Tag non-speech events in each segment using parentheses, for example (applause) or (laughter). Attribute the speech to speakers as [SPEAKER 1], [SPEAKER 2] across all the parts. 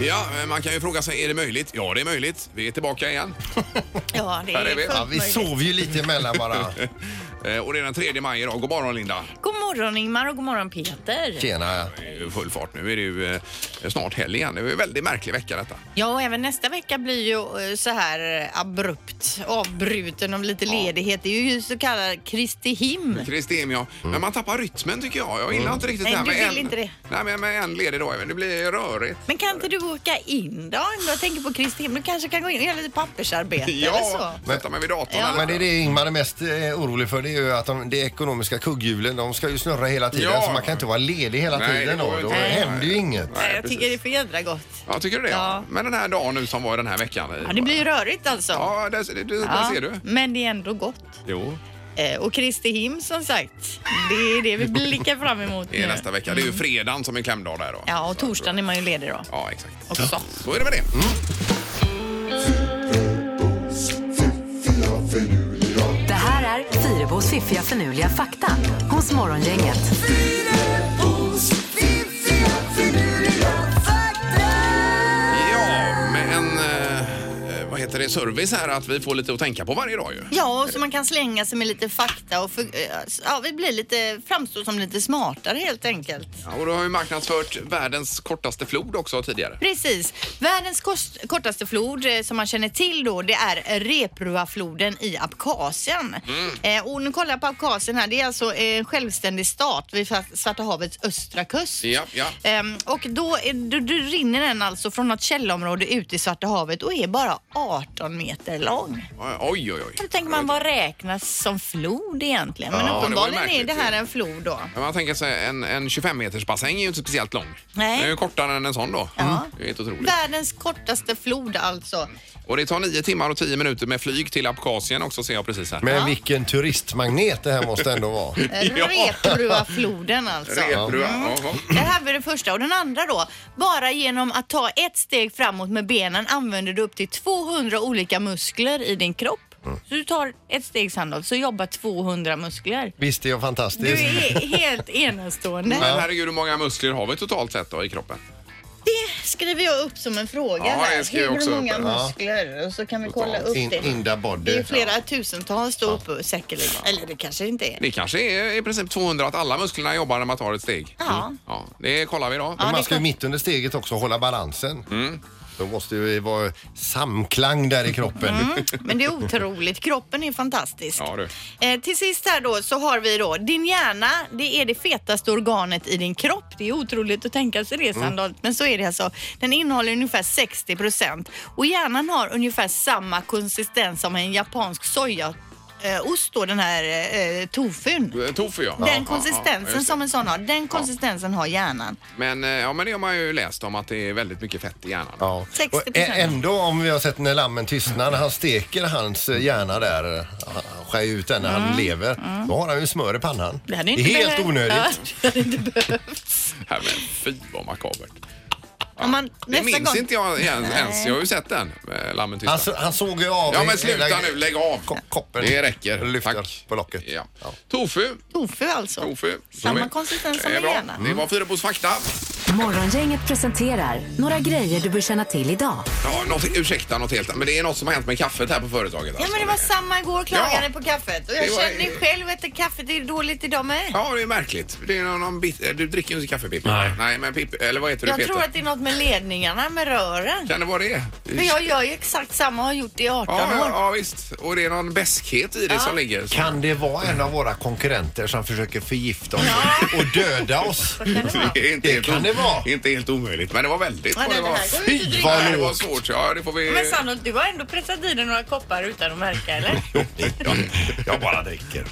[SPEAKER 1] Ja, eh, man kan ju fråga sig, är det möjligt? Ja, det är möjligt. Vi är tillbaka igen.
[SPEAKER 2] Ja, det
[SPEAKER 1] Här är
[SPEAKER 2] är
[SPEAKER 1] vi.
[SPEAKER 2] fullt
[SPEAKER 1] Ja,
[SPEAKER 2] ja,
[SPEAKER 3] Vi sov ju lite emellan bara.
[SPEAKER 1] (laughs) Eh, Och det är den 3 maj idag. God morgon Linda.
[SPEAKER 2] God morgon Ingmar och god morgon Peter.
[SPEAKER 3] Tjena.
[SPEAKER 1] Det är ju full fart nu. är det ju eh, snart helg igen. Det är ju en väldigt märklig vecka detta.
[SPEAKER 2] Ja, och även nästa vecka blir ju eh, så här eh, abrupt avbruten om lite ledighet. Det är ju så kallad Kristi him.
[SPEAKER 1] Kristin, ja.
[SPEAKER 3] Mm.
[SPEAKER 1] Men man tappar rytmen tycker jag. Jag gillar inte riktigt
[SPEAKER 2] Mm. Nej,
[SPEAKER 1] det
[SPEAKER 2] du
[SPEAKER 1] här med
[SPEAKER 2] vill
[SPEAKER 1] en...
[SPEAKER 2] inte det.
[SPEAKER 1] Nej, men med en ledig dag. Det blir rörigt.
[SPEAKER 2] Men kan inte du åka in då? Om Jag tänker på Kristi him. Du kanske kan gå in och göra lite pappersarbete eller så.
[SPEAKER 1] Ja, sätta mig vid datorn.
[SPEAKER 2] Ja.
[SPEAKER 1] eller-
[SPEAKER 3] Men det är det Ingmar är mest eh, orolig för. Det är ju att de, de ekonomiska kugghjulen, de ska ju snurra hela tiden.
[SPEAKER 1] Ja.
[SPEAKER 3] Så man kan inte vara ledig hela
[SPEAKER 1] Nej,
[SPEAKER 3] tiden.
[SPEAKER 1] det går
[SPEAKER 3] Då,
[SPEAKER 1] ju
[SPEAKER 3] då
[SPEAKER 1] inte.
[SPEAKER 3] händer ju inget.
[SPEAKER 1] Nej,
[SPEAKER 2] Nej, jag tycker det är
[SPEAKER 1] precis.
[SPEAKER 2] för jädra gott.
[SPEAKER 1] Ja, tycker du det?
[SPEAKER 2] Ja.
[SPEAKER 1] Men den här dagen nu som var den här veckan. eh,
[SPEAKER 2] Ja, det blir ju rörigt alltså.
[SPEAKER 1] Ja, där, där, där
[SPEAKER 2] Ja,
[SPEAKER 1] ser du.
[SPEAKER 2] Men det är ändå gott.
[SPEAKER 1] Jo.
[SPEAKER 2] Eh, Och Kristi him som sagt, det är det vi blickar fram emot
[SPEAKER 1] Det är
[SPEAKER 2] nu.
[SPEAKER 1] nästa vecka. Det är ju
[SPEAKER 2] Mm.
[SPEAKER 1] fredagen som är klämdag där då.
[SPEAKER 2] Ja, och
[SPEAKER 1] Så att-
[SPEAKER 2] torsdagen är man ju ledig då.
[SPEAKER 1] Ja, exakt.
[SPEAKER 2] Också.
[SPEAKER 1] Så är det med det.
[SPEAKER 3] Mm.
[SPEAKER 4] Det här är Fyrabos fiffiga förnuliga fakta hos Morgongänget.
[SPEAKER 1] Ja, med en... eh, Eh, vad heter det? Service här att vi får lite att tänka på varje dag ju.
[SPEAKER 2] Ja, och så man kan slänga sig med lite fakta och för, eh, ja, vi blir lite, framstår som lite smartare helt enkelt.
[SPEAKER 1] Ja, och du har ju marknadsfört världens kortaste flod också tidigare.
[SPEAKER 2] Precis. Världens kost, kortaste flod eh, som man känner till då det är Repruvafloden i Abkasien.
[SPEAKER 1] Mm.
[SPEAKER 2] Eh, och nu kollar jag på Abkasien här. Det är alltså eh, en självständig stat vid Fa- Svarta havets östra kust.
[SPEAKER 1] Ja, ja.
[SPEAKER 2] Ehm, och då, är, då, då rinner den alltså från något källområde ut i Svarta havet och är bara 18 meter lång.
[SPEAKER 1] Oj, oj, oj.
[SPEAKER 2] Då tänker man vad räknas som flod egentligen? Men
[SPEAKER 1] Ja, det var ju
[SPEAKER 2] uppenbarligen är det
[SPEAKER 1] märkligt.
[SPEAKER 2] här en flod då.
[SPEAKER 1] Men man tänker sig en, en 25 meters bassäng är ju inte speciellt lång.
[SPEAKER 2] Nej.
[SPEAKER 1] Den är ju kortare än en sån då. Mm.
[SPEAKER 2] Ja.
[SPEAKER 1] Det är helt otroligt.
[SPEAKER 2] Världens kortaste flod
[SPEAKER 1] (laughs)
[SPEAKER 2] alltså.
[SPEAKER 1] Och det tar 9 timmar och 10 minuter med flyg till Abkhazien också ser jag precis här.
[SPEAKER 3] Men vilken turistmagnet det här måste
[SPEAKER 2] (laughs)
[SPEAKER 3] ändå vara.
[SPEAKER 2] Eh,
[SPEAKER 1] Ja.
[SPEAKER 2] Repruvafloden alltså.
[SPEAKER 1] Reprua. Ja.
[SPEAKER 2] Det här var det första. Och den andra då. Bara genom att ta ett steg framåt med benen använder du upp till 200 olika muskler i din kropp.
[SPEAKER 1] Mm.
[SPEAKER 2] Så du tar ett steg Sandholt, så jobbar 200 muskler.
[SPEAKER 3] Visst är jag
[SPEAKER 2] Du
[SPEAKER 3] fantastisk?
[SPEAKER 2] är
[SPEAKER 1] (laughs)
[SPEAKER 2] helt enastående.
[SPEAKER 1] Men herregud, hur många muskler har vi totalt sett då i kroppen?
[SPEAKER 2] Det skriver jag upp som en fråga
[SPEAKER 1] Ja, det
[SPEAKER 2] här.
[SPEAKER 1] skriver jag
[SPEAKER 2] Hur
[SPEAKER 1] också
[SPEAKER 2] många
[SPEAKER 1] upp.
[SPEAKER 3] Ja.
[SPEAKER 2] muskler? Och så kan vi kolla upp
[SPEAKER 3] In,
[SPEAKER 2] det.
[SPEAKER 3] inda body.
[SPEAKER 2] det är flera tusentals då uppe säkerligen. Eller det kanske det inte är.
[SPEAKER 1] Det kanske är i princip 200 att alla musklerna jobbar när man tar ett steg.
[SPEAKER 2] Ja.
[SPEAKER 1] Mm. ja det kollar vi då.
[SPEAKER 3] Men
[SPEAKER 2] Ja, det
[SPEAKER 3] man
[SPEAKER 2] är
[SPEAKER 3] ska ju
[SPEAKER 2] klart.
[SPEAKER 3] mitt under steget också hålla balansen.
[SPEAKER 1] Mm.
[SPEAKER 3] Då måste det vara samklang där i kroppen.
[SPEAKER 2] Mm. Men det är otroligt. Kroppen är fantastisk.
[SPEAKER 1] Ja, du.
[SPEAKER 2] Eh, till sist här då så har vi då din hjärna. Det är det fetaste organet i din kropp. Det är otroligt att tänka sig
[SPEAKER 1] Mm.
[SPEAKER 2] det Sandholt. Men så är det alltså. Den innehåller ungefär 60 procent och hjärnan har ungefär samma konsistens som en japansk soja eh, ost då, den här eh, tofun.
[SPEAKER 1] Eh, Tofu ja. Ja,
[SPEAKER 2] Den
[SPEAKER 1] ja, ja,
[SPEAKER 2] konsistensen
[SPEAKER 1] just det.
[SPEAKER 2] som en sån har, den konsistensen har hjärnan.
[SPEAKER 1] Men, eh, ja, men det har man ju läst om att det är väldigt mycket fett i hjärnan.
[SPEAKER 3] Ja.
[SPEAKER 2] 60%.
[SPEAKER 3] Och eh, ä- ändå om vi har sett när lammen tystnar, när han steker hans eh, hjärna där, eh, han skär ut den när
[SPEAKER 2] Mm,
[SPEAKER 3] han lever, då har han ju smör i pannan.
[SPEAKER 2] Det hade
[SPEAKER 3] är
[SPEAKER 2] inte
[SPEAKER 3] helt
[SPEAKER 2] behövt-
[SPEAKER 3] onödigt.
[SPEAKER 2] Ja, (laughs) det hade inte behövts.
[SPEAKER 1] Här, men fy vad makabert.
[SPEAKER 2] Om man,
[SPEAKER 1] Det
[SPEAKER 2] nästa
[SPEAKER 1] minns
[SPEAKER 2] gång-
[SPEAKER 1] inte jag ens. ens. Jag har ju sett den, eh, Lammen tystnar.
[SPEAKER 3] Han, så- han såg ju av
[SPEAKER 1] Ja men
[SPEAKER 3] i-
[SPEAKER 1] sluta
[SPEAKER 3] hela-
[SPEAKER 1] nu, lägg av.
[SPEAKER 3] ko- koppen.
[SPEAKER 1] Det räcker.
[SPEAKER 3] Och lyfter
[SPEAKER 1] Tack.
[SPEAKER 3] på locket.
[SPEAKER 1] Ja.
[SPEAKER 3] Ja.
[SPEAKER 1] Tofu.
[SPEAKER 2] Tofu alltså.
[SPEAKER 1] Tofu.
[SPEAKER 2] Samma
[SPEAKER 1] Som är-
[SPEAKER 2] konsistens som
[SPEAKER 1] Det är
[SPEAKER 2] i
[SPEAKER 1] bra.
[SPEAKER 2] hjärnan.
[SPEAKER 1] Det var Fyrebos fakta.
[SPEAKER 4] Morgongänget presenterar några grejer du bör känna till idag.
[SPEAKER 1] Ja, något, ursäkta något helt annat, men det är något som har hänt med kaffet här på företaget.
[SPEAKER 2] Ja
[SPEAKER 1] alltså.
[SPEAKER 2] men det var samma igår, klagade
[SPEAKER 1] Ja.
[SPEAKER 2] på kaffet. Och jag
[SPEAKER 1] Det var-
[SPEAKER 2] känner ju själv att kaffet är dåligt idag med.
[SPEAKER 1] Ja, det är märkligt. Det är någon, någon bit, eh, du dricker ju inte kaffe, Pippi.
[SPEAKER 5] Nej.
[SPEAKER 1] Nej, men Pippi, eller vad heter du,
[SPEAKER 2] Jag
[SPEAKER 1] Peter?
[SPEAKER 2] tror att det är något med ledningarna, med rören.
[SPEAKER 1] Kan det vara det?
[SPEAKER 2] För jag gör ju exakt samma och har gjort det i 18
[SPEAKER 1] Ja, ja,
[SPEAKER 2] år.
[SPEAKER 1] ja, visst. Och det är någon beskhet i det som ligger. Så-
[SPEAKER 3] Kan det vara en av våra konkurrenter som försöker förgifta oss och döda
[SPEAKER 2] (laughs)
[SPEAKER 3] oss?
[SPEAKER 1] Det, är inte
[SPEAKER 3] Det
[SPEAKER 1] helt
[SPEAKER 3] kan
[SPEAKER 1] o-
[SPEAKER 3] det vara.
[SPEAKER 1] Inte helt omöjligt, men det var väldigt.
[SPEAKER 2] Ja,
[SPEAKER 1] vad
[SPEAKER 2] nej,
[SPEAKER 1] det
[SPEAKER 2] det
[SPEAKER 1] var.
[SPEAKER 2] här går ju
[SPEAKER 3] Fy
[SPEAKER 2] inte att dricka.
[SPEAKER 3] vad
[SPEAKER 1] Nej, det var
[SPEAKER 3] lågt!
[SPEAKER 1] svårt. Ja, det får vi...
[SPEAKER 2] Men Sandholt, du har ändå pressat i dig några koppar utan att märka
[SPEAKER 1] (laughs)
[SPEAKER 2] eller?
[SPEAKER 3] Jag bara dricker.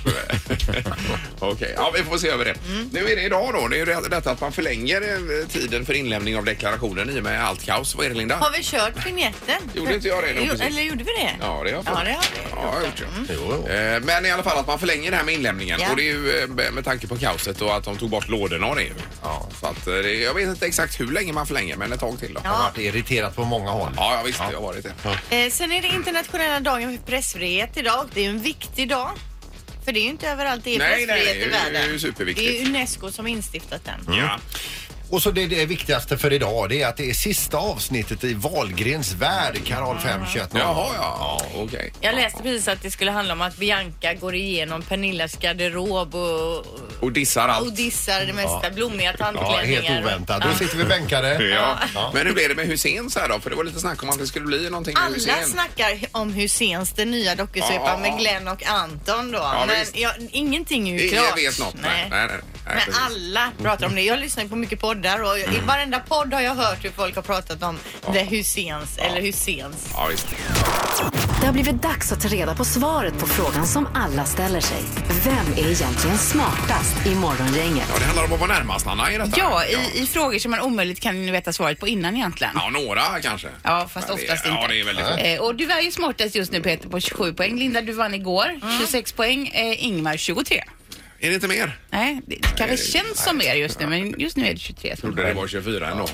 [SPEAKER 1] Okej, ja, vi får se över det.
[SPEAKER 2] Mm.
[SPEAKER 1] Nu är det idag då. Det är ju det- detta att man förlänger eh, tiden för inlämning av deklarationen i och med allt kaos. Vad är det, Linda?
[SPEAKER 2] Har vi kört vignetten?
[SPEAKER 1] Gjorde inte jag det då,
[SPEAKER 2] Jo,
[SPEAKER 1] precis?
[SPEAKER 2] Eller gjorde vi det?
[SPEAKER 1] Ja, det har jag
[SPEAKER 2] Ja, det har
[SPEAKER 1] gjort.
[SPEAKER 2] vi.
[SPEAKER 1] Ja, jag har gjort det.
[SPEAKER 3] Jo, jo.
[SPEAKER 1] Eh, Men i alla fall att man förlänger det här med inlämningen.
[SPEAKER 2] Ja.
[SPEAKER 1] Och det är ju eh, med tanke på kaoset och att de tog bort lådorna och det. Ja. Så att eh, det, jag vet inte exakt hur länge man förlänger, men ett tag till då.
[SPEAKER 3] Jag har
[SPEAKER 1] Ja,
[SPEAKER 3] varit irriterat på många håll.
[SPEAKER 1] ja visst, det har varit det.
[SPEAKER 2] Eh, sen är det internationella dagen för pressfrihet idag. Det är ju en viktig dag. För det är ju inte överallt det är
[SPEAKER 1] Nej, nej,
[SPEAKER 2] pressfrihet
[SPEAKER 1] det är
[SPEAKER 2] i
[SPEAKER 1] ju-
[SPEAKER 2] världen.
[SPEAKER 1] det är ju superviktigt.
[SPEAKER 2] Det är Unesco som instiftat den.
[SPEAKER 1] Ja.
[SPEAKER 3] Och så det, det viktigaste för idag det är att det är sista avsnittet i Wahlgrens värld, Kanal 5 21
[SPEAKER 1] Jaha, ja. ja Okej.
[SPEAKER 2] Jag läste precis att det skulle handla om att Bianca går igenom Pernillas garderob och,
[SPEAKER 1] Och dissar
[SPEAKER 2] och
[SPEAKER 1] allt. Mm,
[SPEAKER 2] dissar det mesta. Blommiga
[SPEAKER 3] Ja,
[SPEAKER 2] tandklänningar.
[SPEAKER 3] helt oväntat.
[SPEAKER 2] Ja.
[SPEAKER 3] Då sitter vi bänkade.
[SPEAKER 1] (laughs) Ja.
[SPEAKER 3] Ja.
[SPEAKER 1] Men hur blev det med Hussein så här då? För det var lite snack om att det skulle bli någonting med
[SPEAKER 2] Alla
[SPEAKER 1] Hussein.
[SPEAKER 2] snackar om Husseins, den nya
[SPEAKER 1] Ja, ja,
[SPEAKER 2] dokusåpan
[SPEAKER 1] ja.
[SPEAKER 2] med Glenn och Anton då. men
[SPEAKER 1] visst.
[SPEAKER 2] ja, ingenting är ju
[SPEAKER 1] Ingen
[SPEAKER 2] klart.
[SPEAKER 1] vet något. Nej, nej, nej. nej,
[SPEAKER 2] Men
[SPEAKER 1] precis. Mm.
[SPEAKER 2] alla pratar om det. Jag lyssnar ju på mycket poddar och i varenda podd har jag hört hur folk har pratat om The Husseins eller Husseins.
[SPEAKER 1] Ja, visst.
[SPEAKER 4] Det har blivit dags att ta reda på svaret på frågan som alla ställer sig. Vem är egentligen smartast i morgongänget?
[SPEAKER 1] Ja, det handlar om att vara närmast, Anna, i detta.
[SPEAKER 5] Ja, i, i frågor som man omöjligt kan veta svaret på innan egentligen.
[SPEAKER 1] Ja, några kanske.
[SPEAKER 5] Ja, fast
[SPEAKER 1] Men det-
[SPEAKER 5] oftast
[SPEAKER 1] Ja,
[SPEAKER 5] inte.
[SPEAKER 1] det är väldigt få.
[SPEAKER 5] Eh, och du är ju smartast just nu Peter på 27 poäng. Linda du vann igår,
[SPEAKER 1] Mm.
[SPEAKER 5] 26 poäng. Eh, Ingmar 23.
[SPEAKER 1] Är det inte mer?
[SPEAKER 5] Nej, det kanske känns som mer just nu men just nu är det 23 som
[SPEAKER 1] Trodde det var 24 ändå.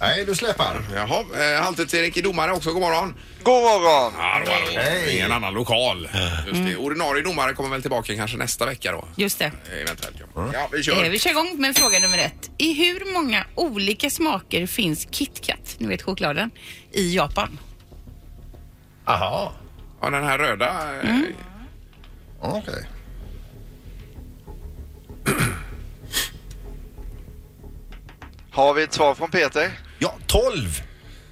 [SPEAKER 3] Nej, du släpar.
[SPEAKER 1] Jaha, eh, Halvtids-Erik är domare också. God morgon.
[SPEAKER 6] God morgon!
[SPEAKER 1] Hallå, hallå.
[SPEAKER 3] Hej.
[SPEAKER 1] Det är en annan lokal. Just
[SPEAKER 2] Mm.
[SPEAKER 1] det. Ordinarie domare kommer väl tillbaka kanske nästa vecka då.
[SPEAKER 5] Just det.
[SPEAKER 1] Eventuellt. ja. Ja, vi
[SPEAKER 5] Eh,
[SPEAKER 1] kör.
[SPEAKER 5] vi kör igång med fråga nummer ett. I hur många olika smaker finns KitKat, ni vet chokladen, i Japan?
[SPEAKER 3] Aha.
[SPEAKER 1] Ja, den här röda. eh,
[SPEAKER 2] Mm.
[SPEAKER 3] Okej.
[SPEAKER 6] Har vi ett svar från Peter?
[SPEAKER 3] Ja, 12.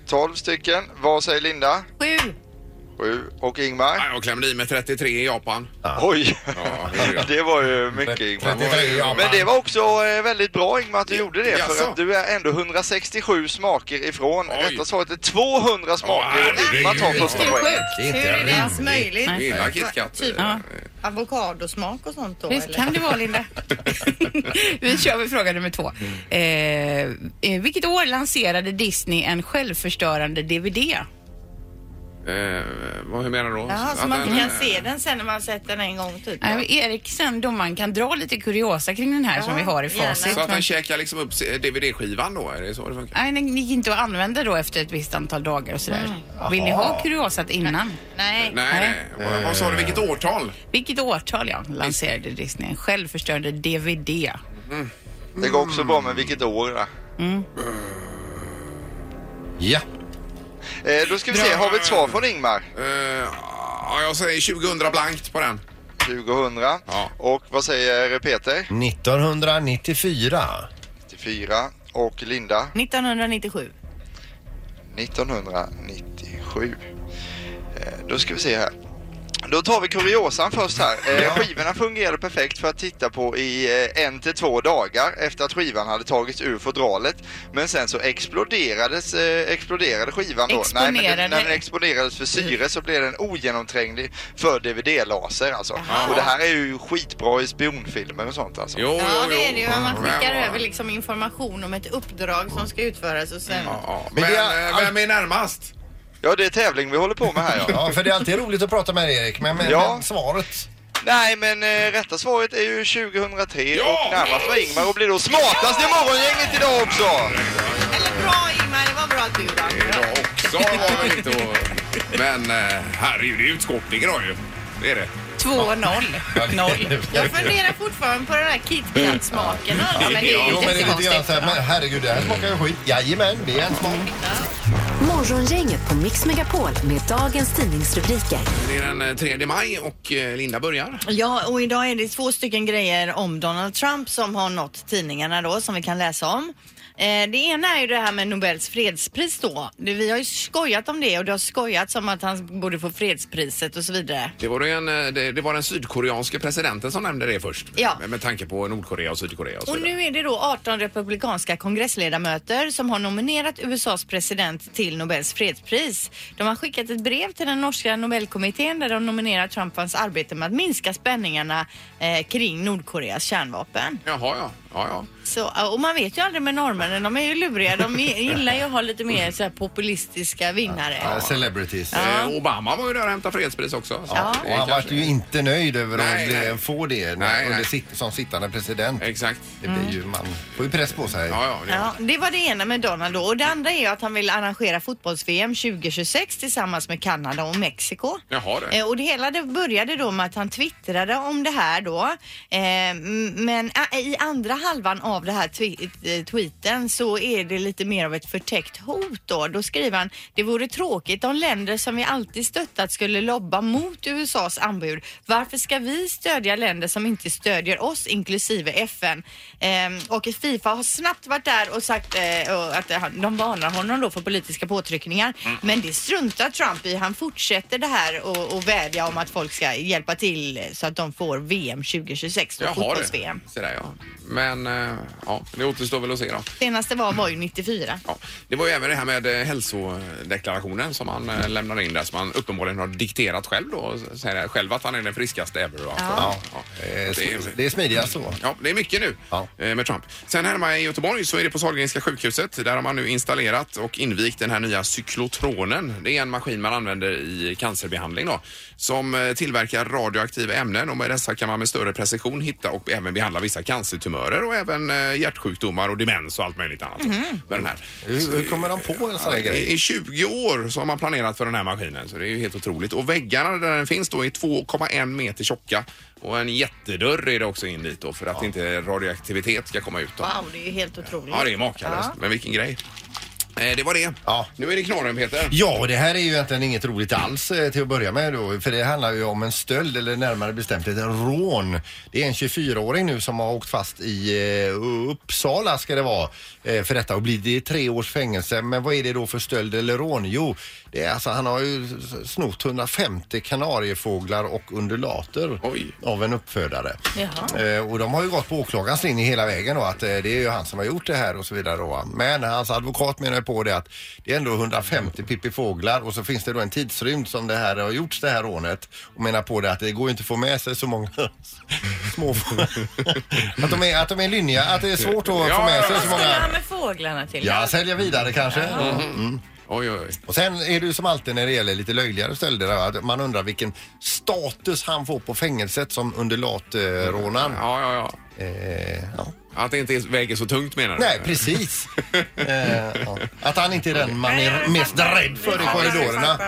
[SPEAKER 6] 12 stycken. Vad säger Linda?
[SPEAKER 5] Sju.
[SPEAKER 6] 7. Och Ingmar?
[SPEAKER 1] Ja, jag klämde i med 33 i Japan.
[SPEAKER 6] Oj!
[SPEAKER 1] Ja, det är det.
[SPEAKER 6] (laughs) Det var ju mycket Ingmar.
[SPEAKER 3] 33 i Japan.
[SPEAKER 6] Men det var också eh, väldigt bra Ingmar att du gjorde det
[SPEAKER 1] Jaså?
[SPEAKER 6] för att du är ändå 167 smaker ifrån.
[SPEAKER 1] Oj.
[SPEAKER 6] Rätta svaret är 200 smaker och Ingmar tar
[SPEAKER 1] herregud.
[SPEAKER 6] första poängen.
[SPEAKER 3] Det är
[SPEAKER 2] Hur
[SPEAKER 3] inte
[SPEAKER 2] är det
[SPEAKER 3] rimligt.
[SPEAKER 2] ens möjligt?
[SPEAKER 1] Vi Mm. gillar KitKat.
[SPEAKER 2] Typ
[SPEAKER 1] Ja.
[SPEAKER 2] avokadosmak och sånt då
[SPEAKER 5] Det kan det vara Linda. vi kör med fråga nummer två.
[SPEAKER 1] Mm.
[SPEAKER 5] Eh, eh, vilket år lanserade Disney en självförstörande DVD?
[SPEAKER 1] Eh, vad, hur menar du då?
[SPEAKER 2] Jaha, så
[SPEAKER 1] Att
[SPEAKER 2] man
[SPEAKER 1] den,
[SPEAKER 2] inte kan
[SPEAKER 1] eh,
[SPEAKER 2] se den sen när man sett den en gång typ?
[SPEAKER 5] Nej, men Erik sen då man kan dra lite kuriosa kring den här som vi har i
[SPEAKER 2] gärna.
[SPEAKER 5] facit.
[SPEAKER 1] Så att
[SPEAKER 5] men-
[SPEAKER 1] den käkar liksom upp se- DVD-skivan då? Är det så det funkar?
[SPEAKER 5] Nej, den gick inte att använda då efter ett visst antal dagar och sådär.
[SPEAKER 1] Mm.
[SPEAKER 5] Vill ni ha kuriosat innan?
[SPEAKER 2] Nej.
[SPEAKER 1] Nej, nej. Vad- Vad sa du? Vilket årtal?
[SPEAKER 5] Vilket årtal ja, lanserade Disney en självförstörande DVD?
[SPEAKER 1] Mm.
[SPEAKER 6] Det går också bra men vilket år då?
[SPEAKER 5] Mm.
[SPEAKER 3] Ja.
[SPEAKER 6] Eh, då ska vi se, har vi ett svar från Ingmar?
[SPEAKER 1] Eh, ja, jag säger 2000 blankt på den.
[SPEAKER 6] 2000.
[SPEAKER 1] Ja.
[SPEAKER 6] Och vad säger Peter?
[SPEAKER 3] 1994.
[SPEAKER 6] 94. Och Linda?
[SPEAKER 2] 1997.
[SPEAKER 6] 1997. Eh, Då ska vi se här. Då tar vi kuriosan först här. Eh, Skivorna fungerade perfekt för att titta på i eh, en till två dagar efter att skivan hade tagits ur fodralet. Men sen så exploderades, eh, exploderade skivan då. Nej, men,
[SPEAKER 5] Exponerade.
[SPEAKER 6] det- när den exponerades för syre så blev den ogenomtränglig för DVD-laser alltså. Och det här är ju skitbra i spionfilmer och sånt alltså.
[SPEAKER 1] Jo,
[SPEAKER 2] Ja,
[SPEAKER 1] jo,
[SPEAKER 2] det är
[SPEAKER 1] jo.
[SPEAKER 2] det ju. Man skickar
[SPEAKER 1] Men-
[SPEAKER 2] över liksom information om ett uppdrag som ska utföras och sen...
[SPEAKER 1] Ja, ja. Men,
[SPEAKER 3] Men det är-
[SPEAKER 1] eh, vem är närmast?
[SPEAKER 6] Ja, det är tävling vi håller på med här ja.
[SPEAKER 3] (laughs) Ja, för det är alltid roligt att prata med dig, Erik, men, men,
[SPEAKER 6] Ja.
[SPEAKER 3] men svaret.
[SPEAKER 6] Nej, men eh, rätta svaret är ju 2003
[SPEAKER 1] Ja!
[SPEAKER 6] och närmast var Ingmar och blir då smartast i morgongänget idag också!
[SPEAKER 2] Eller bra Ingmar, det var bra att du
[SPEAKER 1] Det är
[SPEAKER 2] vann.
[SPEAKER 1] jag också har jag inte att- Men eh, herregud, det är utskåpning idag ju. Det är det.
[SPEAKER 5] 2-0. Noll.
[SPEAKER 2] Jag funderar fortfarande på den här KitKat-smaken. Ja, men det är
[SPEAKER 3] Jo,
[SPEAKER 2] ju
[SPEAKER 3] men det är lite grann
[SPEAKER 2] jättekonstigt.
[SPEAKER 3] så här, men herregud, det här smakar ju skit. Jajamän, det är en smak.
[SPEAKER 4] Morgongänget på Mix Megapol med dagens tidningsrubriker.
[SPEAKER 1] Det är den eh, 3 maj och eh, Linda börjar.
[SPEAKER 2] Ja, och idag är det två stycken grejer om Donald Trump som har nått tidningarna då som vi kan läsa om. Eh, Det ena är ju det här med Nobels fredspris då. Det- Vi har ju skojat om det och det har skojats om att han borde få fredspriset och så vidare.
[SPEAKER 1] Det var, ju en, eh, det, det var den sydkoreanske presidenten som nämnde det först.
[SPEAKER 2] Ja.
[SPEAKER 1] Med, med tanke på Nordkorea och Sydkorea och så
[SPEAKER 2] Och
[SPEAKER 1] vidare.
[SPEAKER 2] nu är det då 18 republikanska kongressledamöter som har nominerat USAs president till Nobels fredspris. De har skickat ett brev till den norska Nobelkommittén där de nominerar Trump för hans arbete med att minska spänningarna eh, kring Nordkoreas kärnvapen.
[SPEAKER 1] Jaha, ja. ja, ja.
[SPEAKER 2] Så, och man vet ju aldrig med norrmännen, de är ju luriga. De gillar ju att ha lite mer så här populistiska vinnare.
[SPEAKER 3] Ja, Celebrities.
[SPEAKER 1] Eh, Obama var ju där och hämtade fredspris också. Så
[SPEAKER 2] Ja.
[SPEAKER 1] det
[SPEAKER 3] Och han
[SPEAKER 1] kanske-
[SPEAKER 3] vart ju inte nöjd över att
[SPEAKER 1] Nej,
[SPEAKER 3] bli-
[SPEAKER 1] nej.
[SPEAKER 3] få det
[SPEAKER 1] Nej,
[SPEAKER 3] nej, under
[SPEAKER 1] nej.
[SPEAKER 3] Sitt, som sittande president.
[SPEAKER 1] Exakt.
[SPEAKER 3] Det blir ju, man får ju press på sig.
[SPEAKER 1] Ja, ja, det
[SPEAKER 2] Ja, det var det ena med Donald då. Och det andra är att han vill arrangera fotbolls-VM 2026 tillsammans med Kanada och Mexiko.
[SPEAKER 1] Jaha, det.
[SPEAKER 2] Eh, Och det hela det började då med att han twittrade om det här då. Eh, m- Men eh, i andra halvan av den här twe- eh, tweeten så är det lite mer av ett förtäckt hot då. Då skriver han, det vore tråkigt om länder som vi alltid stöttat skulle lobba mot USAs anbud. Varför ska vi stödja länder som inte stödjer oss inklusive FN? Ehm, och Fifa har snabbt varit där och sagt eh, och att eh, han- de varnar honom då för politiska påtryckningar. Men det struntar Trump i. Han fortsätter det här och, och vädja om att folk ska hjälpa till eh, så att de får VM 2026 då,
[SPEAKER 1] Jag har
[SPEAKER 2] fotbolls-VM.
[SPEAKER 1] det. Så där, ja. Men eh, ja, det återstår väl att se då.
[SPEAKER 2] Senaste var var ju 94.
[SPEAKER 1] Ja, det var ju även det här med eh, hälsodeklarationen som han eh, lämnade in där som han uppenbarligen har dikterat själv då. och Säger det själv att han är den friskaste ever. va?
[SPEAKER 3] Ja. Eh,
[SPEAKER 1] Ja, det är-
[SPEAKER 3] Det är smidigast så.
[SPEAKER 1] Ja, det är mycket nu
[SPEAKER 3] Ja.
[SPEAKER 1] eh, med Trump. Sen hemma i Göteborg så är det på Sahlgrenska sjukhuset. Där har man nu installerat och invigt den här nya cyklotronen. Det är en maskin man använder i cancerbehandling då, som eh, tillverkar radioaktiva ämnen och med dessa kan man med större precision hitta och även behandla vissa cancertumörer och även eh, hjärtsjukdomar och demens och allt möjligt annat.
[SPEAKER 7] Mhm. Mm-hmm.
[SPEAKER 1] Med den här.
[SPEAKER 3] Hur, hur kommer de på en sån här grej?
[SPEAKER 1] I 20 år så har man planerat för den här maskinen så det är ju helt otroligt. Och väggarna där den finns då är 2,1 meter tjocka och en jättedörr är det också in dit då för att inte radioaktivitet ska komma ut. Då.
[SPEAKER 2] Wow, det är ju helt otroligt.
[SPEAKER 1] Ja, det är makalöst. Men vilken grej. Eh, det var det.
[SPEAKER 3] Ja.
[SPEAKER 1] Nu är det knorren Peter.
[SPEAKER 3] Ja, och det här är ju egentligen inget roligt alls eh, till att börja med då, för det handlar ju om en stöld eller närmare bestämt ett rån. Det är en 24-åring nu som har åkt fast i eh, Uppsala ska det vara eh, för detta och blir det tre års fängelse. Men vad är det då för stöld eller rån? Jo, det är alltså han har ju s- snott 150 kanariefåglar och undulater
[SPEAKER 1] Oj.
[SPEAKER 3] av en uppfödare.
[SPEAKER 2] Jaha.
[SPEAKER 3] Eh, och de har ju gått på åklagarens linje hela vägen och att eh, det är ju han som har gjort det här och så vidare. Då. Men hans advokat menar ju på det att det är ändå 150 pippifåglar och så finns det då en tidsrymd som det här har gjorts det här rånet och menar på det att det går ju inte att få med sig så många (laughs) små
[SPEAKER 8] (laughs)
[SPEAKER 3] att, de är, att de är lynniga, att det är svårt att få
[SPEAKER 1] Ja,
[SPEAKER 3] med
[SPEAKER 1] ja,
[SPEAKER 3] sig
[SPEAKER 1] ja.
[SPEAKER 3] så
[SPEAKER 1] Vad
[SPEAKER 3] många.
[SPEAKER 2] med fåglarna till?
[SPEAKER 3] Ja, sälja vidare kanske. Mm.
[SPEAKER 1] Oj, oj, oj.
[SPEAKER 3] Och sen är det ju som alltid när det gäller lite löjligare stölder att man undrar vilken status han får på fängelset som undulatrånaren.
[SPEAKER 1] Ja, ja, ja.
[SPEAKER 3] Eh, ja.
[SPEAKER 1] Att det inte är- väger så tungt menar du?
[SPEAKER 3] Nej,
[SPEAKER 1] (laughs)
[SPEAKER 3] precis. eh, ja. Att han inte är den man är mest rädd för i korridorerna.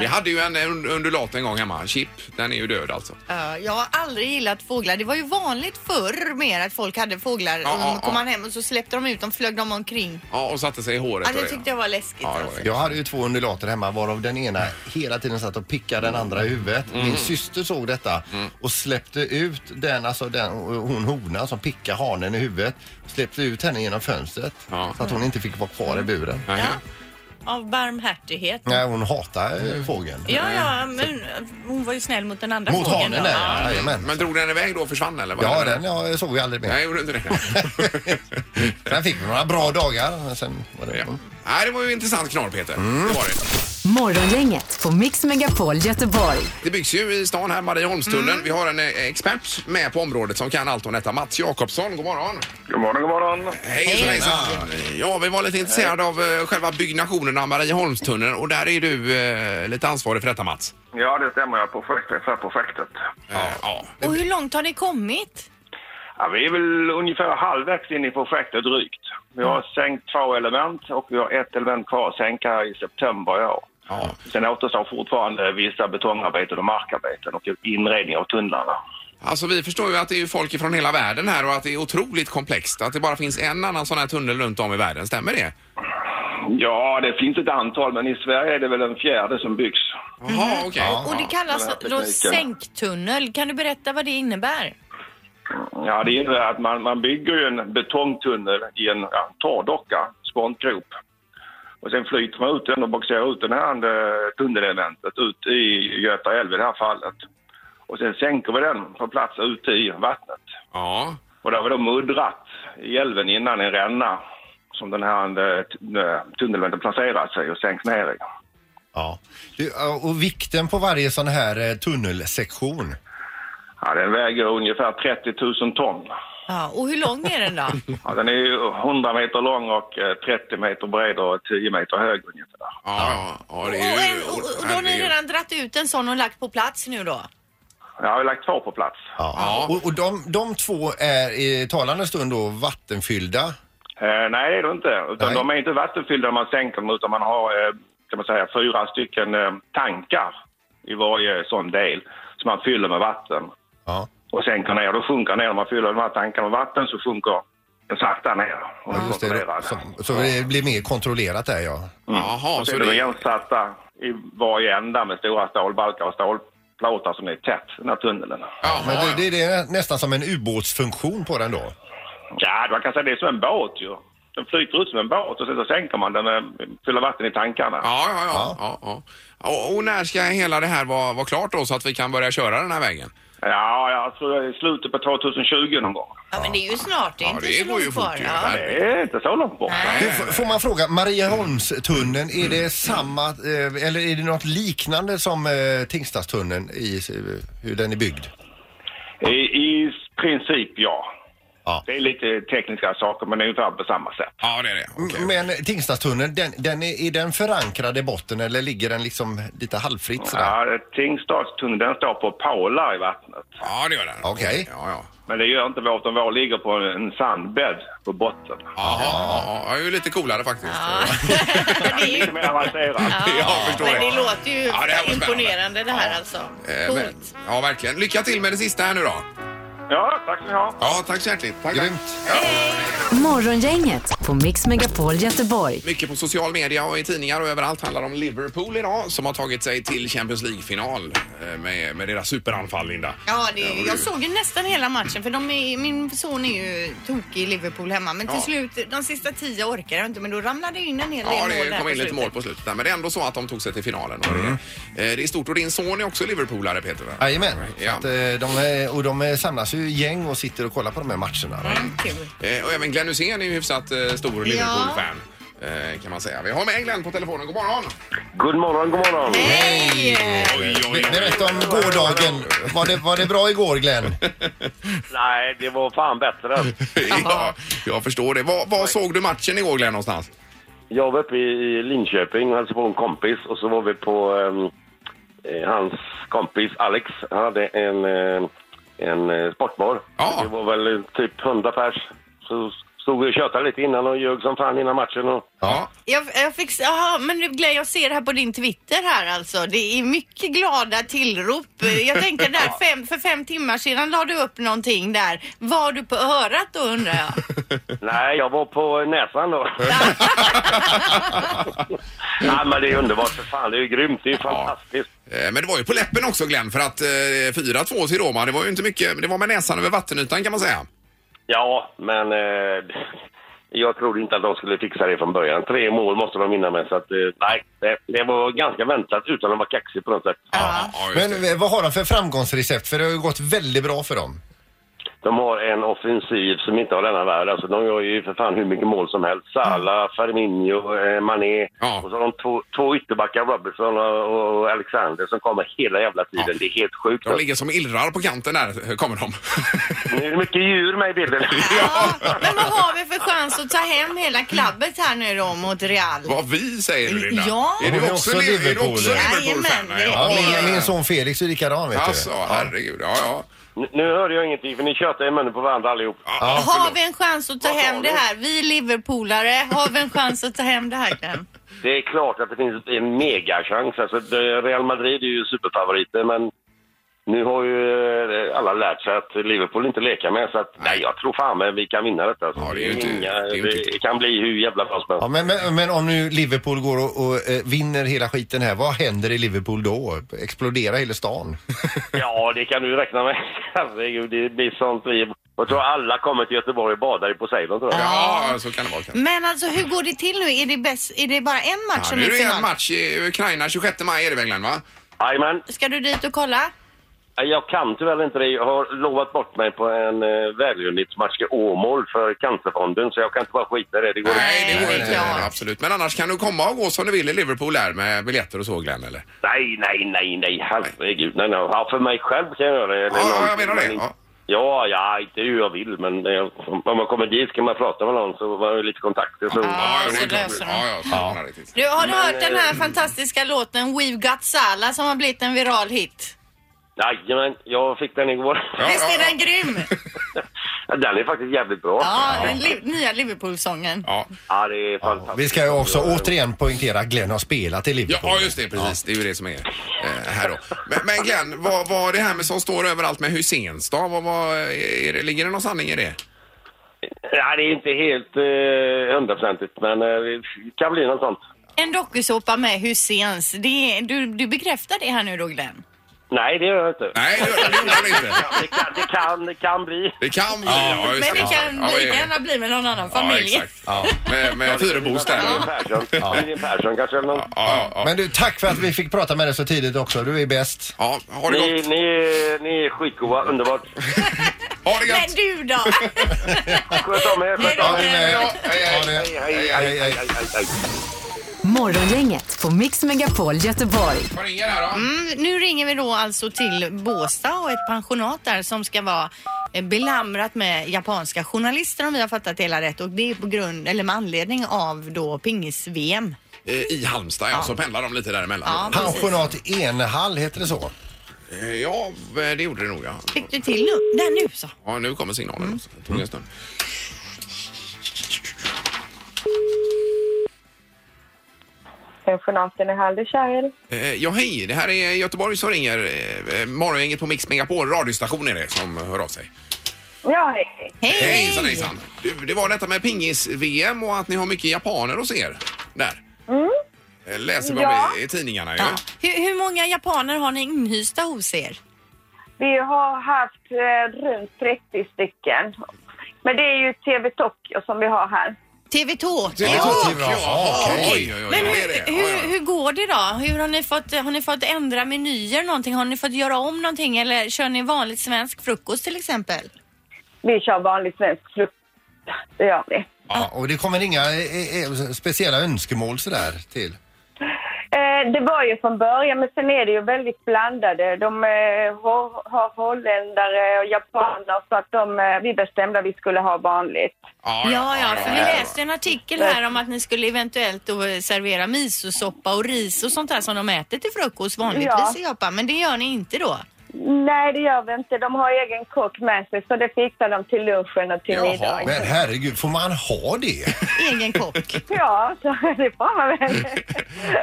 [SPEAKER 1] Vi hade ju en un- undulat en gång hemma, Chip. Den är ju död alltså.
[SPEAKER 2] Ja, jag har aldrig gillat fåglar. Det var ju vanligt förr mer att folk hade fåglar.
[SPEAKER 1] Ja,
[SPEAKER 2] och
[SPEAKER 1] ja,
[SPEAKER 2] kom
[SPEAKER 1] ja.
[SPEAKER 2] man hem och så släppte de ut dem, flög de omkring.
[SPEAKER 1] Ja, och satte sig i håret.
[SPEAKER 2] Ja,
[SPEAKER 1] och
[SPEAKER 2] det tyckte jag var läskigt.
[SPEAKER 1] Ja, det var
[SPEAKER 2] alltså.
[SPEAKER 1] det.
[SPEAKER 3] Jag hade ju två undulater hemma varav den ena hela tiden satt och pickade den andra i huvudet.
[SPEAKER 1] Mm.
[SPEAKER 3] Min syster såg detta och släppte ut den, alltså den, hon honan som pickar hanen i huvudet. Släppte ut henne genom fönstret
[SPEAKER 1] Ja.
[SPEAKER 3] så att hon inte fick vara kvar i buren.
[SPEAKER 1] Nej.
[SPEAKER 2] Av barmhärtighet.
[SPEAKER 3] Nej, hon hatar eh, fågeln.
[SPEAKER 2] Ja, ja,
[SPEAKER 1] Mm.
[SPEAKER 2] men hon var ju snäll mot den andra
[SPEAKER 3] Mot
[SPEAKER 2] fågeln.
[SPEAKER 3] hanen
[SPEAKER 2] då.
[SPEAKER 3] där, ja. Jajamän.
[SPEAKER 1] Men drog den iväg då och försvann eller? vad
[SPEAKER 3] Ja,
[SPEAKER 1] hände?
[SPEAKER 3] den ja, såg vi aldrig
[SPEAKER 1] Nej,
[SPEAKER 3] mer.
[SPEAKER 1] gjorde inte det.
[SPEAKER 3] (laughs) Sen fick vi några bra dagar. men Sen var det... Mm.
[SPEAKER 1] Ja. Nej, det var ju intressant knorr, Peter. Det var det.
[SPEAKER 4] Morgongänget på Mix Megapol Göteborg.
[SPEAKER 1] Det byggs ju i stan här, Marieholmstunneln. Vi har en eh, expert med på området som kan allt om detta. Mats Jakobsson, god morgon.
[SPEAKER 7] God morgon, god morgon.
[SPEAKER 1] Hej, hejsan. Ja, vi var lite intresserade av eh, själva byggnationen av Marieholmstunneln och där är du eh, lite ansvarig för detta, Mats.
[SPEAKER 7] Ja, det stämmer. Jag är på projekt- för projektet.
[SPEAKER 1] Ja. ja.
[SPEAKER 2] Och hur långt har ni kommit?
[SPEAKER 7] Ja, vi är väl ungefär halvvägs in i projektet drygt. Vi
[SPEAKER 1] Mm.
[SPEAKER 7] har sänkt två element och vi har ett element kvar att sänka i september i år.
[SPEAKER 1] Ja.
[SPEAKER 7] Sen återstår fortfarande vissa betongarbeten och markarbeten och inredning av tunnlarna.
[SPEAKER 1] Alltså, vi förstår ju att det är ju folk från hela världen här och att det är otroligt komplext. Att det bara finns en annan sån här tunnel runt om i världen. Stämmer det?
[SPEAKER 7] Ja, det finns ett antal, men i Sverige är det väl en fjärde som byggs.
[SPEAKER 1] Jaha, okej.
[SPEAKER 2] Och det kallas
[SPEAKER 7] Den här
[SPEAKER 2] då
[SPEAKER 7] tekniken.
[SPEAKER 2] sänktunnel. Kan du berätta vad det innebär?
[SPEAKER 7] Ja, det innebär att man, man bygger ju en betongtunnel i en ja, torrdocka, spåntgrop. Och sen flyter man ut den och boxerar ut den här eh, tunnelelementet ut i Göta älv i det här fallet. Och sen sänker vi den på plats ute i vattnet.
[SPEAKER 1] Ja.
[SPEAKER 7] Och där har vi då muddrat i älven innan en ränna som den här eh, t- eh, tunneln placerar sig och sänks ner i.
[SPEAKER 3] Ja. Du, och vikten på varje sån här eh, tunnelsektion?
[SPEAKER 7] Ja, den väger ungefär 30 000 ton.
[SPEAKER 2] Ja, och hur lång är den då?
[SPEAKER 7] Ja, den är ju 100 meter lång och eh, 30 meter bred och 10 meter hög ungefär.
[SPEAKER 1] Ja, (laughs) ja, ja, det
[SPEAKER 2] och,
[SPEAKER 1] är ju...
[SPEAKER 2] en, och, och då har ni redan dratt ut en sån och lagt på plats nu då?
[SPEAKER 7] Jag har ju lagt två på plats.
[SPEAKER 1] Ja.
[SPEAKER 3] Och, och de, de två är i talande stund då vattenfyllda.
[SPEAKER 7] Eh, nej, det är det inte. Utan
[SPEAKER 3] Nej.
[SPEAKER 7] De är inte vattenfyllda när man sänker dem utan man har eh, kan man säga, fyra stycken eh, tankar i varje sån del som man fyller med vatten.
[SPEAKER 3] Ja.
[SPEAKER 7] Och sänker ner, då sjunker ner. Om man fyller de här tankarna med vatten så sjunker sakta ner och
[SPEAKER 3] Just det,
[SPEAKER 7] kontrollerad.
[SPEAKER 3] så, så det blir mer kontrollerat där ja.
[SPEAKER 1] Jaha,
[SPEAKER 7] Och
[SPEAKER 1] så
[SPEAKER 7] sen är Mm. de
[SPEAKER 1] det...
[SPEAKER 7] jämsatta i varje ända med stora stålbalkar och stålplåtar som är tätt i den här tunneln.
[SPEAKER 1] Jaha,
[SPEAKER 3] Men
[SPEAKER 1] ja.
[SPEAKER 3] det, det, det är nästan som en ubåtsfunktion på den då.
[SPEAKER 7] Ja, man kan säga det är som en båt ju. Den flyter ut som en båt och sen så sänker man den med fyller vatten i tankarna.
[SPEAKER 1] Ja, ja, ja. ja. ja, Och, och när ska hela det här vara, vara klart då så att vi kan börja köra den här vägen?
[SPEAKER 7] Ja, jag tror det är i slutet på 2020 någon gång.
[SPEAKER 2] Ja, men det är ju snart. Det är
[SPEAKER 1] Ja,
[SPEAKER 2] inte
[SPEAKER 1] det
[SPEAKER 2] så
[SPEAKER 1] går
[SPEAKER 2] långt
[SPEAKER 1] ju
[SPEAKER 2] kvar.
[SPEAKER 1] fort ju.
[SPEAKER 2] Ja.
[SPEAKER 1] Nej.
[SPEAKER 7] Det är inte så långt bort.
[SPEAKER 2] Nej.
[SPEAKER 3] Du, f- får man fråga, Marieholmstunneln, är det samma eh, eller är det något liknande som eh, Tingstadstunneln i eh, hur den är byggd?
[SPEAKER 7] I, I princip ja.
[SPEAKER 3] Ja.
[SPEAKER 7] Det är lite tekniska saker men det är ungefär på samma sätt.
[SPEAKER 1] Ja, det är det. Okej.
[SPEAKER 3] Mm, Men Tingstadstunneln, den, den är, är den förankrad i botten eller ligger den liksom lite halvfritt sådär?
[SPEAKER 7] Ja, Tingstadstunneln den står på pålar i vattnet.
[SPEAKER 1] Ja, det gör den.
[SPEAKER 3] Okej.
[SPEAKER 1] Ja, ja.
[SPEAKER 7] Men det gör inte vårt om vår ligger på en sandbädd på botten.
[SPEAKER 1] Jaha, ja, ja, det är ju lite coolare faktiskt. Ja,
[SPEAKER 2] Ja,
[SPEAKER 1] (laughs)
[SPEAKER 2] det är
[SPEAKER 7] Lite
[SPEAKER 2] ju...
[SPEAKER 7] mer avancerat.
[SPEAKER 1] jag förstår
[SPEAKER 2] Men det låter ju
[SPEAKER 1] Ja, det här var
[SPEAKER 2] imponerande det här alltså.
[SPEAKER 1] Eh, men-
[SPEAKER 2] Coolt.
[SPEAKER 1] Ja, verkligen. Lycka till med det sista här nu då.
[SPEAKER 7] Ja, tack ska ni ha.
[SPEAKER 1] Ja, tack så hjärtligt. Tack, tack.
[SPEAKER 3] Grymt.
[SPEAKER 4] Morgongänget på Mix Megapol Göteborg.
[SPEAKER 1] Mycket på social media och i tidningar och överallt handlar om Liverpool idag som har tagit sig till Champions League-final eh, med, med deras superanfall, Linda.
[SPEAKER 2] Ja, det, jag såg ju nästan hela matchen för de är, min son är ju tokig i Liverpool hemma men till
[SPEAKER 1] Ja.
[SPEAKER 2] slut, de sista tio orkar jag inte men då ramlade det in en hel del
[SPEAKER 1] Ja,
[SPEAKER 2] mål
[SPEAKER 1] det
[SPEAKER 2] där
[SPEAKER 1] kom
[SPEAKER 2] på
[SPEAKER 1] in lite
[SPEAKER 2] slutet.
[SPEAKER 1] mål på slutet där, men det är ändå så att de tog sig till finalen. Och det, är- eh, det är stort och din son är också Liverpoolare, Peter. va?
[SPEAKER 3] Jajamän.
[SPEAKER 1] Ja.
[SPEAKER 3] Så att, eh, de är- Och de eh, samlas ju i gäng och sitter och kollar på de här matcherna.
[SPEAKER 2] Mm, kul.
[SPEAKER 1] Eh, Och även Glenn Hysén är ju hyfsat eh, stor Liverpool-fan. eh, Kan man säga. Vi har med Glenn på telefonen. God morgon!
[SPEAKER 7] God morgon, god morgon.
[SPEAKER 2] Hej!
[SPEAKER 1] Oj,
[SPEAKER 3] Be- Berätta om gårdagen. Var det, var det bra igår Glenn?
[SPEAKER 7] Nej, det var fan bättre.
[SPEAKER 1] (laughs) ja, jag förstår det. Var, var såg du matchen igår Glenn någonstans?
[SPEAKER 9] Jag var uppe i Linköping och hälsade på en kompis och så var vi på ehm, eh, hans kompis Alex. Han hade en, eh, en eh, sportbar.
[SPEAKER 1] Ja.
[SPEAKER 9] Det var väl eh, typ 100 pers. Så stod vi och tjötade lite innan och ljög som fan innan matchen. Och...
[SPEAKER 1] Ja.
[SPEAKER 2] Jag, jag fick, aha, men nu, Glenn, jag ser det här på din Twitter här alltså. Det är mycket glada tillrop. Jag tänkte där fem, för fem timmar sedan la du upp någonting där. Var du på örat då undrar
[SPEAKER 1] (laughs)
[SPEAKER 2] jag?
[SPEAKER 9] (laughs) Nej, jag var på näsan då. Nej, men det är underbart för fan. Det är ju grymt. Det är ju fantastiskt.
[SPEAKER 1] Eh, Men det var ju på läppen också Glenn för att eh, 4-2 till Roma, det var ju inte mycket, det var med näsan över vattenytan kan man säga.
[SPEAKER 9] Ja, men eh, jag trodde inte att de skulle fixa det från början. Tre mål måste de vinna med, så att, eh, nej, det, det var ganska väntat utan att vara kaxig på något sätt.
[SPEAKER 1] Ja, ja, just
[SPEAKER 3] Men eh, vad har de för framgångsrecept? För det har ju gått väldigt bra för dem.
[SPEAKER 9] De har en offensiv som inte har denna värld. Alltså, de gör ju för fan hur mycket mål som helst. Salah, Firmino, eh, Mané
[SPEAKER 1] Ja.
[SPEAKER 9] och så har de två, två ytterbackar, Robertson och, och Alexander, som kommer hela jävla tiden.
[SPEAKER 1] Ja.
[SPEAKER 9] Det är helt sjukt. alltså.
[SPEAKER 1] De ligger som illrar på kanten där, eh, kommer de.
[SPEAKER 9] Nu är det mycket djur med i
[SPEAKER 1] (laughs)
[SPEAKER 9] bilden.
[SPEAKER 2] Ja, men vad har vi för chans att ta hem hela klabbet här nu då mot Real?
[SPEAKER 1] Vad vi säger du Linda.
[SPEAKER 2] Ja.
[SPEAKER 1] Är
[SPEAKER 3] Hon
[SPEAKER 1] du
[SPEAKER 3] är
[SPEAKER 1] också,
[SPEAKER 3] också
[SPEAKER 1] li- är du
[SPEAKER 3] Liverpool.
[SPEAKER 1] också Liverpool-fan?
[SPEAKER 2] Jajamän,
[SPEAKER 1] Nej,
[SPEAKER 2] det
[SPEAKER 3] Ja,
[SPEAKER 2] är-
[SPEAKER 1] ja.
[SPEAKER 3] min, min son Felix är likadan vet
[SPEAKER 1] Alltså,
[SPEAKER 3] du.
[SPEAKER 1] herregud. Ja, ja.
[SPEAKER 9] Nu- Nu hörde jag ingenting, för ni tjötar i munnen på varandra allihop.
[SPEAKER 1] ja,
[SPEAKER 2] Har
[SPEAKER 1] förlåt.
[SPEAKER 2] vi en chans att ta
[SPEAKER 9] Vad sa
[SPEAKER 2] hem det
[SPEAKER 9] du?
[SPEAKER 2] här? Vi Liverpoolare, har vi en chans att ta hem det här Glenn?
[SPEAKER 9] Det är klart att det finns en megachans. Alltså, det- Real Madrid är ju superfavoriter, men nu har ju eh, alla lärt sig att Liverpool inte leker med. Så att, nej, jag tror fan men vi kan vinna detta. Alltså.
[SPEAKER 1] Ja, det är ju inte-
[SPEAKER 9] Inga,
[SPEAKER 1] det är ju inte-
[SPEAKER 9] det kan bli hur jävla bra som
[SPEAKER 3] Ja,
[SPEAKER 9] helst.
[SPEAKER 3] men, men, men om nu Liverpool går och, och eh, vinner hela skiten här, vad händer i Liverpool då? Explodera hela stan?
[SPEAKER 9] Ja, det kan du räkna med. (laughs) Herregud, det blir sånt liv. Jag tror alla kommer till Göteborg och badar i Poseidon, tror jag.
[SPEAKER 1] Ja, så kan det vara. kanske.
[SPEAKER 2] Men alltså hur går det till nu? Är det, bäst, är det bara en match
[SPEAKER 1] Ja,
[SPEAKER 2] som
[SPEAKER 1] nu är
[SPEAKER 2] är
[SPEAKER 1] det en
[SPEAKER 2] final?
[SPEAKER 1] match i Ukraina, 26 maj är det väl Glenn, va?
[SPEAKER 9] Jajamän.
[SPEAKER 2] Ska du dit och kolla?
[SPEAKER 9] Jag kan tyvärr inte det. Jag har lovat bort mig på en eh, välgörenhetsmatch i Åmål för Cancerfonden, så jag kan inte bara skita i det. Det går inte.
[SPEAKER 1] Nej, det går
[SPEAKER 2] det är
[SPEAKER 1] inte.
[SPEAKER 2] klart.
[SPEAKER 1] Eh, Absolut. Men annars kan du komma och gå som du vill i Liverpool här med biljetter och så Glenn, eller?
[SPEAKER 9] Nej, nej, nej, nej, herregud. Nej, nej. Ja, för mig själv kan jag göra det. eller
[SPEAKER 1] Ja,
[SPEAKER 9] någon-
[SPEAKER 1] jag menar det, ja.
[SPEAKER 9] Ja, ja, inte hur jag vill, men eh, om man kommer dit ska man prata med någon så har man lite kontakter. Så...
[SPEAKER 2] Ja,
[SPEAKER 1] det
[SPEAKER 2] så
[SPEAKER 1] är klart.
[SPEAKER 2] löser de.
[SPEAKER 1] Ja, ja, så ordnar det till sig.
[SPEAKER 2] Du, har du
[SPEAKER 9] Men,
[SPEAKER 2] hört den här
[SPEAKER 9] eh,
[SPEAKER 2] fantastiska låten We've Got Salah som har blivit en viral hit?
[SPEAKER 9] Jajamän, jag fick den igår.
[SPEAKER 1] Ja,
[SPEAKER 2] Visst
[SPEAKER 1] ja,
[SPEAKER 2] är
[SPEAKER 1] ja.
[SPEAKER 2] den grym?
[SPEAKER 9] Den är faktiskt jävligt bra.
[SPEAKER 2] Ja, den li- nya Liverpool-sången.
[SPEAKER 1] Ja.
[SPEAKER 9] Ja, det är fantastiskt.
[SPEAKER 3] Vi ska ju också återigen poängtera att Glenn har spelat i
[SPEAKER 1] Ja,
[SPEAKER 3] Liverpool.
[SPEAKER 1] ja, just det. Precis. Det är ju det som är eh, här då. Men, men Glenn, vad var det här med som står överallt med Hyséns då? Vad, vad, är det, ligger det någon sanning i det?
[SPEAKER 9] Ja, det är inte helt eh, hundraprocentigt, men eh, det kan bli något sånt.
[SPEAKER 2] En dokusåpa med Husseins. Det är, du, du bekräftar det här nu då Glenn?
[SPEAKER 9] Nej, det gör jag inte.
[SPEAKER 1] Nej, det det gjorde han inte.
[SPEAKER 9] Det kan, det kan, det kan bli.
[SPEAKER 1] Det kan bli. Ja,
[SPEAKER 2] Men
[SPEAKER 1] just
[SPEAKER 2] det kan
[SPEAKER 1] Ja,
[SPEAKER 2] lika gärna bli med någon annan
[SPEAKER 1] Ja,
[SPEAKER 2] familj.
[SPEAKER 1] exakt. Med, med Fyrebos där.
[SPEAKER 9] Liljen
[SPEAKER 1] Ja,
[SPEAKER 9] Persson, Liljen Persson kanske eller något.
[SPEAKER 1] ja, ja.
[SPEAKER 3] Men du, tack för att vi fick prata med dig så tidigt också. Du är bäst.
[SPEAKER 1] ja ha det
[SPEAKER 9] Ni,
[SPEAKER 1] gott.
[SPEAKER 9] ni, är- ni är skitgoa, underbart.
[SPEAKER 1] Ha det
[SPEAKER 2] Men (laughs)
[SPEAKER 1] gott.
[SPEAKER 2] du då?
[SPEAKER 1] (laughs)
[SPEAKER 9] Sköt om er, sköt om er.
[SPEAKER 3] Ha det med.
[SPEAKER 1] Ja, hej, hej.
[SPEAKER 3] Ha det.
[SPEAKER 9] Hej, hej, hej, hej, hej, hej.
[SPEAKER 4] Morgongänget på Mix Megapol Göteborg.
[SPEAKER 1] Vad ringer här då?
[SPEAKER 2] Mm, nu ringer vi då alltså till Båstad och ett pensionat där som ska vara eh, belamrat med japanska journalister om vi har fattat det hela rätt och det är på grund eller med anledning av då pingis-VM.
[SPEAKER 1] Eh, I Halmstad, ja. Så pendlar de lite däremellan.
[SPEAKER 2] Ja.
[SPEAKER 3] Pensionat Enhall, heter det så?
[SPEAKER 1] Eh, Ja, det gjorde det nog ja.
[SPEAKER 2] Fick du till nu? Där nu så.
[SPEAKER 1] Ja, nu kommer signalen.
[SPEAKER 2] Mm.
[SPEAKER 1] också. Det tog en stund.
[SPEAKER 8] Pensionaten i Hallekärr.
[SPEAKER 1] Eh, Ja, hej. Det här är Göteborg som ringer. Eh, eh, Morgongänget på Mix Megapol radiostation är det som hör av sig.
[SPEAKER 8] Ja, hej.
[SPEAKER 2] Hej!
[SPEAKER 1] Hejsan, hejsan. Du, det var detta med pingis-VM och att ni har mycket japaner hos er där. Eh, Läser vi
[SPEAKER 8] Ja.
[SPEAKER 1] om i- i tidningarna ju.
[SPEAKER 2] Ja. Hur, hur många japaner har ni inhysta hos er?
[SPEAKER 8] Vi har haft eh, runt 30 stycken. Men det är ju TV Tokyo som vi har här.
[SPEAKER 2] TV Tokyo!
[SPEAKER 1] Ja,
[SPEAKER 3] Ja,
[SPEAKER 1] ja,
[SPEAKER 3] ja,
[SPEAKER 1] oj,
[SPEAKER 3] okej.
[SPEAKER 1] oj, oj, oj,
[SPEAKER 2] Men
[SPEAKER 1] vad är det?
[SPEAKER 2] hur,
[SPEAKER 1] Ja, ja.
[SPEAKER 2] hur, hur går det då? Hur har, ni fått, har ni fått ändra menyer någonting? Har ni fått göra om någonting eller kör ni vanligt svensk frukost till exempel?
[SPEAKER 8] Vi kör vanlig svensk frukost. Det gör vi.
[SPEAKER 3] Ja, och det kommer inga eh, eh, speciella önskemål sådär till?
[SPEAKER 8] Eh, det var ju från början, men sen är det ju väldigt blandade. De eh, har, har holländare och japaner, så att de, eh, vi bestämde att vi skulle ha vanligt.
[SPEAKER 1] Ja,
[SPEAKER 2] Ja, ja, för vi
[SPEAKER 1] ja.
[SPEAKER 2] läste en artikel här om att ni skulle eventuellt då servera misosoppa och ris och sånt där som de äter till frukost vanligtvis
[SPEAKER 8] Ja.
[SPEAKER 2] i Japan. Men det gör ni inte då?
[SPEAKER 8] Nej, det gör vi inte. De har egen kock med sig, så det fixar de till lunchen och till
[SPEAKER 1] Jaha.
[SPEAKER 8] middagen.
[SPEAKER 3] Men herregud, får man ha det?
[SPEAKER 2] (laughs) Egen kock.
[SPEAKER 8] Ja, så det får
[SPEAKER 1] (laughs)
[SPEAKER 8] man väl.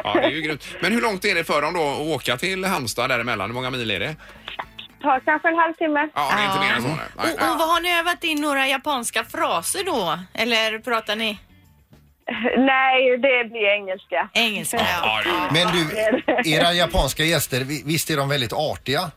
[SPEAKER 1] Ja, det är ju grymt. Men hur långt är det för dem då att åka till Halmstad däremellan? Hur många mil är det?
[SPEAKER 8] Ta kanske en halvtimme.
[SPEAKER 1] Ja, det är inte
[SPEAKER 2] Ja.
[SPEAKER 1] mer än så. nej.
[SPEAKER 2] Och,
[SPEAKER 1] Nej, nej.
[SPEAKER 2] och vad har ni övat in några japanska fraser då? Eller pratar ni
[SPEAKER 8] Nej, det blir engelska.
[SPEAKER 2] engelska? Ja.
[SPEAKER 1] Ja, det är ju-
[SPEAKER 3] Men du, era japanska gäster, vi- visst är de väldigt artiga?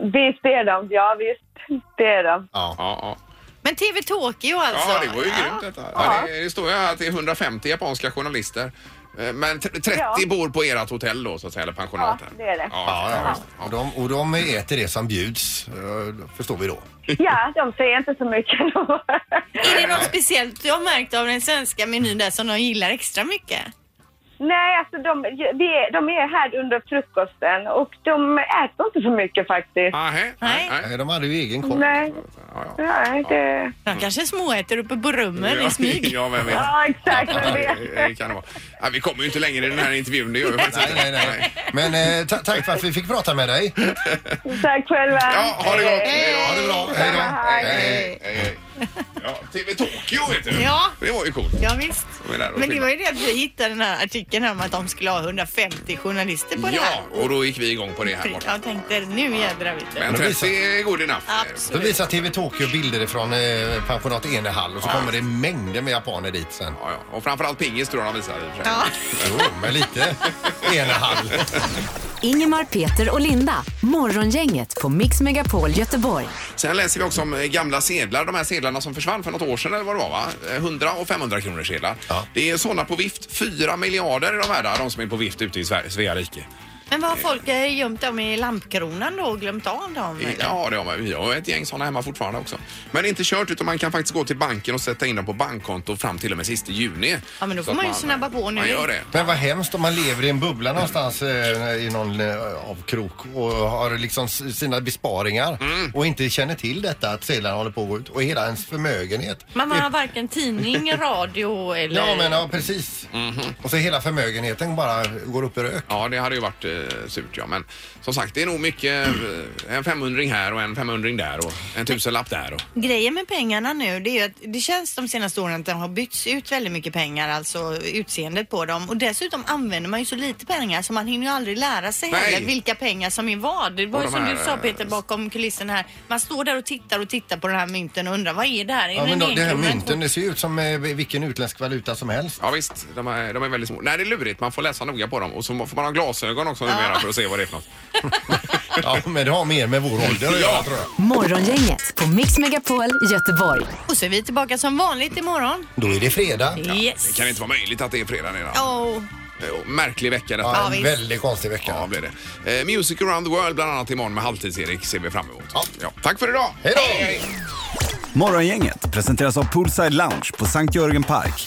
[SPEAKER 8] Visst är de, ja visst. Det är de.
[SPEAKER 3] Ja.
[SPEAKER 1] ja, ja.
[SPEAKER 2] Men TV Tokyo alltså?
[SPEAKER 1] ja, det var ju grymt detta. Ja, det, det står ju här att det är 150 japanska journalister. Eh, Men t- 30
[SPEAKER 8] Ja.
[SPEAKER 1] bor på ert hotell då, så att säga, eller pensionat.
[SPEAKER 8] Ja,
[SPEAKER 1] här.
[SPEAKER 8] det är det.
[SPEAKER 1] Ja,
[SPEAKER 3] Ja,
[SPEAKER 1] ja,
[SPEAKER 3] ja.
[SPEAKER 1] visst.
[SPEAKER 3] Och, de, och de äter det som bjuds, eh, förstår vi då.
[SPEAKER 8] Ja, de säger inte så mycket. då.
[SPEAKER 2] Är det något speciellt du har märkt av den svenska menyn där som de gillar extra mycket?
[SPEAKER 8] Nej, alltså de, vi är, de är här under frukosten och de äter inte så mycket faktiskt.
[SPEAKER 1] Ah, hej. nej.
[SPEAKER 2] Nej.
[SPEAKER 1] nej.
[SPEAKER 3] Nej, De hade ju egen kock.
[SPEAKER 8] Nej,
[SPEAKER 1] Ja, ja.
[SPEAKER 8] nej det...
[SPEAKER 2] De kanske småäter uppe på rummen i smyg.
[SPEAKER 1] Ja, vem vet.
[SPEAKER 8] Ja, exakt.
[SPEAKER 1] Ja,
[SPEAKER 8] det är
[SPEAKER 1] det- det kan det vara. Ja, vi kommer ju inte längre i den här intervjun, det gör vi faktiskt
[SPEAKER 3] Nej, nej, nej. Men eh, ta- tack för att vi fick prata med dig.
[SPEAKER 8] det. Tack själva.
[SPEAKER 1] Ja, ha det gott!
[SPEAKER 3] Ha det bra. Hej då.
[SPEAKER 1] Hej, hej, hej. Ja, TV Tokyo vet du!
[SPEAKER 2] Ja.
[SPEAKER 1] Det var ju coolt.
[SPEAKER 2] Ja, visst.
[SPEAKER 1] De är där och
[SPEAKER 2] Men det
[SPEAKER 1] filmar.
[SPEAKER 2] var ju det att vi hittade den här artikeln om att de skulle ha 150 journalister på det
[SPEAKER 1] Ja,
[SPEAKER 2] här.
[SPEAKER 1] och då gick vi igång på det här borta.
[SPEAKER 2] Jag tänkte nu jädrar vet du.
[SPEAKER 1] Men 30 är good enough.
[SPEAKER 3] Då
[SPEAKER 2] Absolut.
[SPEAKER 3] visar TV Tokyo bilder från eh, pensionat Enehall och så kommer det mängder med japaner dit sen.
[SPEAKER 1] Ja, ja. Och framförallt pingis tror jag de visar. i och för sig.
[SPEAKER 2] Ja.
[SPEAKER 3] Jo, men (laughs) lite Enehall.
[SPEAKER 4] Ingemar, Peter och Linda. Morgongänget på Mix Megapol Göteborg.
[SPEAKER 1] Sen läser vi också om eh, gamla sedlar, de här sedlarna som försvann för något år sedan eller vad det var va? Eh, 100 och 500 kronor sedlar.
[SPEAKER 3] Ja.
[SPEAKER 1] Det är sådana på vift, 4 miljarder är de värda, de som är på vift ute i Sverige, Svea rike.
[SPEAKER 2] Men vad har folk eh, gömt dem i lampkronan då och glömt av dem? eller?
[SPEAKER 1] Ja, det har man. Vi har ett gäng sådana hemma fortfarande också. Men det är inte kört utan man kan faktiskt gå till banken och sätta in dem på bankkonto fram till och med sista juni.
[SPEAKER 2] Ja, men då
[SPEAKER 1] Så
[SPEAKER 2] får
[SPEAKER 1] att
[SPEAKER 2] man ju snabba på nu.
[SPEAKER 1] Man gör det.
[SPEAKER 3] Men vad hemskt om man lever i en bubbla någonstans eh, i någon eh, avkrok och har liksom s- sina besparingar
[SPEAKER 1] Mm.
[SPEAKER 3] och inte känner till detta att sedlarna håller på att gå ut och hela ens förmögenhet.
[SPEAKER 2] Men man har varken tidning, (laughs) radio eller...
[SPEAKER 3] Ja men ja, precis.
[SPEAKER 1] Mhm.
[SPEAKER 3] Och så hela förmögenheten bara går upp i rök.
[SPEAKER 1] Ja, det hade ju varit eh, surt ja. Men som sagt, det är nog mycket. Eh, en 500 här och en 500 där och en tusenlapp där. Och,
[SPEAKER 2] Grejen med pengarna nu det är ju att det känns de senaste åren att det har bytts ut väldigt mycket pengar, alltså utseendet på dem. Och dessutom använder man ju så lite pengar så man hinner ju aldrig lära sig
[SPEAKER 1] Nej.
[SPEAKER 2] heller vilka pengar som är vad. Det var
[SPEAKER 1] Och
[SPEAKER 2] ju
[SPEAKER 1] de
[SPEAKER 2] som
[SPEAKER 1] här,
[SPEAKER 2] du sa Peter
[SPEAKER 1] eh,
[SPEAKER 2] bakom kulissen här. Man står där och tittar och tittar på den här mynten och undrar vad är det här? Är
[SPEAKER 3] Ja,
[SPEAKER 2] det
[SPEAKER 3] men
[SPEAKER 2] en
[SPEAKER 3] då, det här
[SPEAKER 2] enkrona?
[SPEAKER 3] mynten, det ser ju ut som eh, vilken utländsk valuta som helst.
[SPEAKER 1] ja visst, de är, de är väldigt små. Nej, det är lurigt. Man får läsa noga på dem och så får man ha glasögon också numera för att se vad det är för något.
[SPEAKER 3] Ja, (laughs) men det har mer med vår ålder att göra tror jag.
[SPEAKER 4] Morgongänget på Mix Megapol Göteborg.
[SPEAKER 2] Och så är vi tillbaka som vanligt imorgon.
[SPEAKER 3] Då är det fredag.
[SPEAKER 1] Det
[SPEAKER 2] Yes.
[SPEAKER 1] kan inte vara möjligt att det är fredag redan.
[SPEAKER 2] Åh,
[SPEAKER 1] Eh, Märklig vecka detta.
[SPEAKER 3] Ja,
[SPEAKER 2] Ja,
[SPEAKER 3] en
[SPEAKER 2] visst.
[SPEAKER 3] väldigt konstig
[SPEAKER 1] Ja,
[SPEAKER 3] vecka.
[SPEAKER 1] blir det. Eh, Music around the world bland annat imorgon med Halvtids-Erik ser vi fram emot.
[SPEAKER 3] Ja.
[SPEAKER 1] tack för idag!
[SPEAKER 3] Hej då!
[SPEAKER 10] Morgongänget presenteras av Poolside Lounge på Sankt Jörgen Park.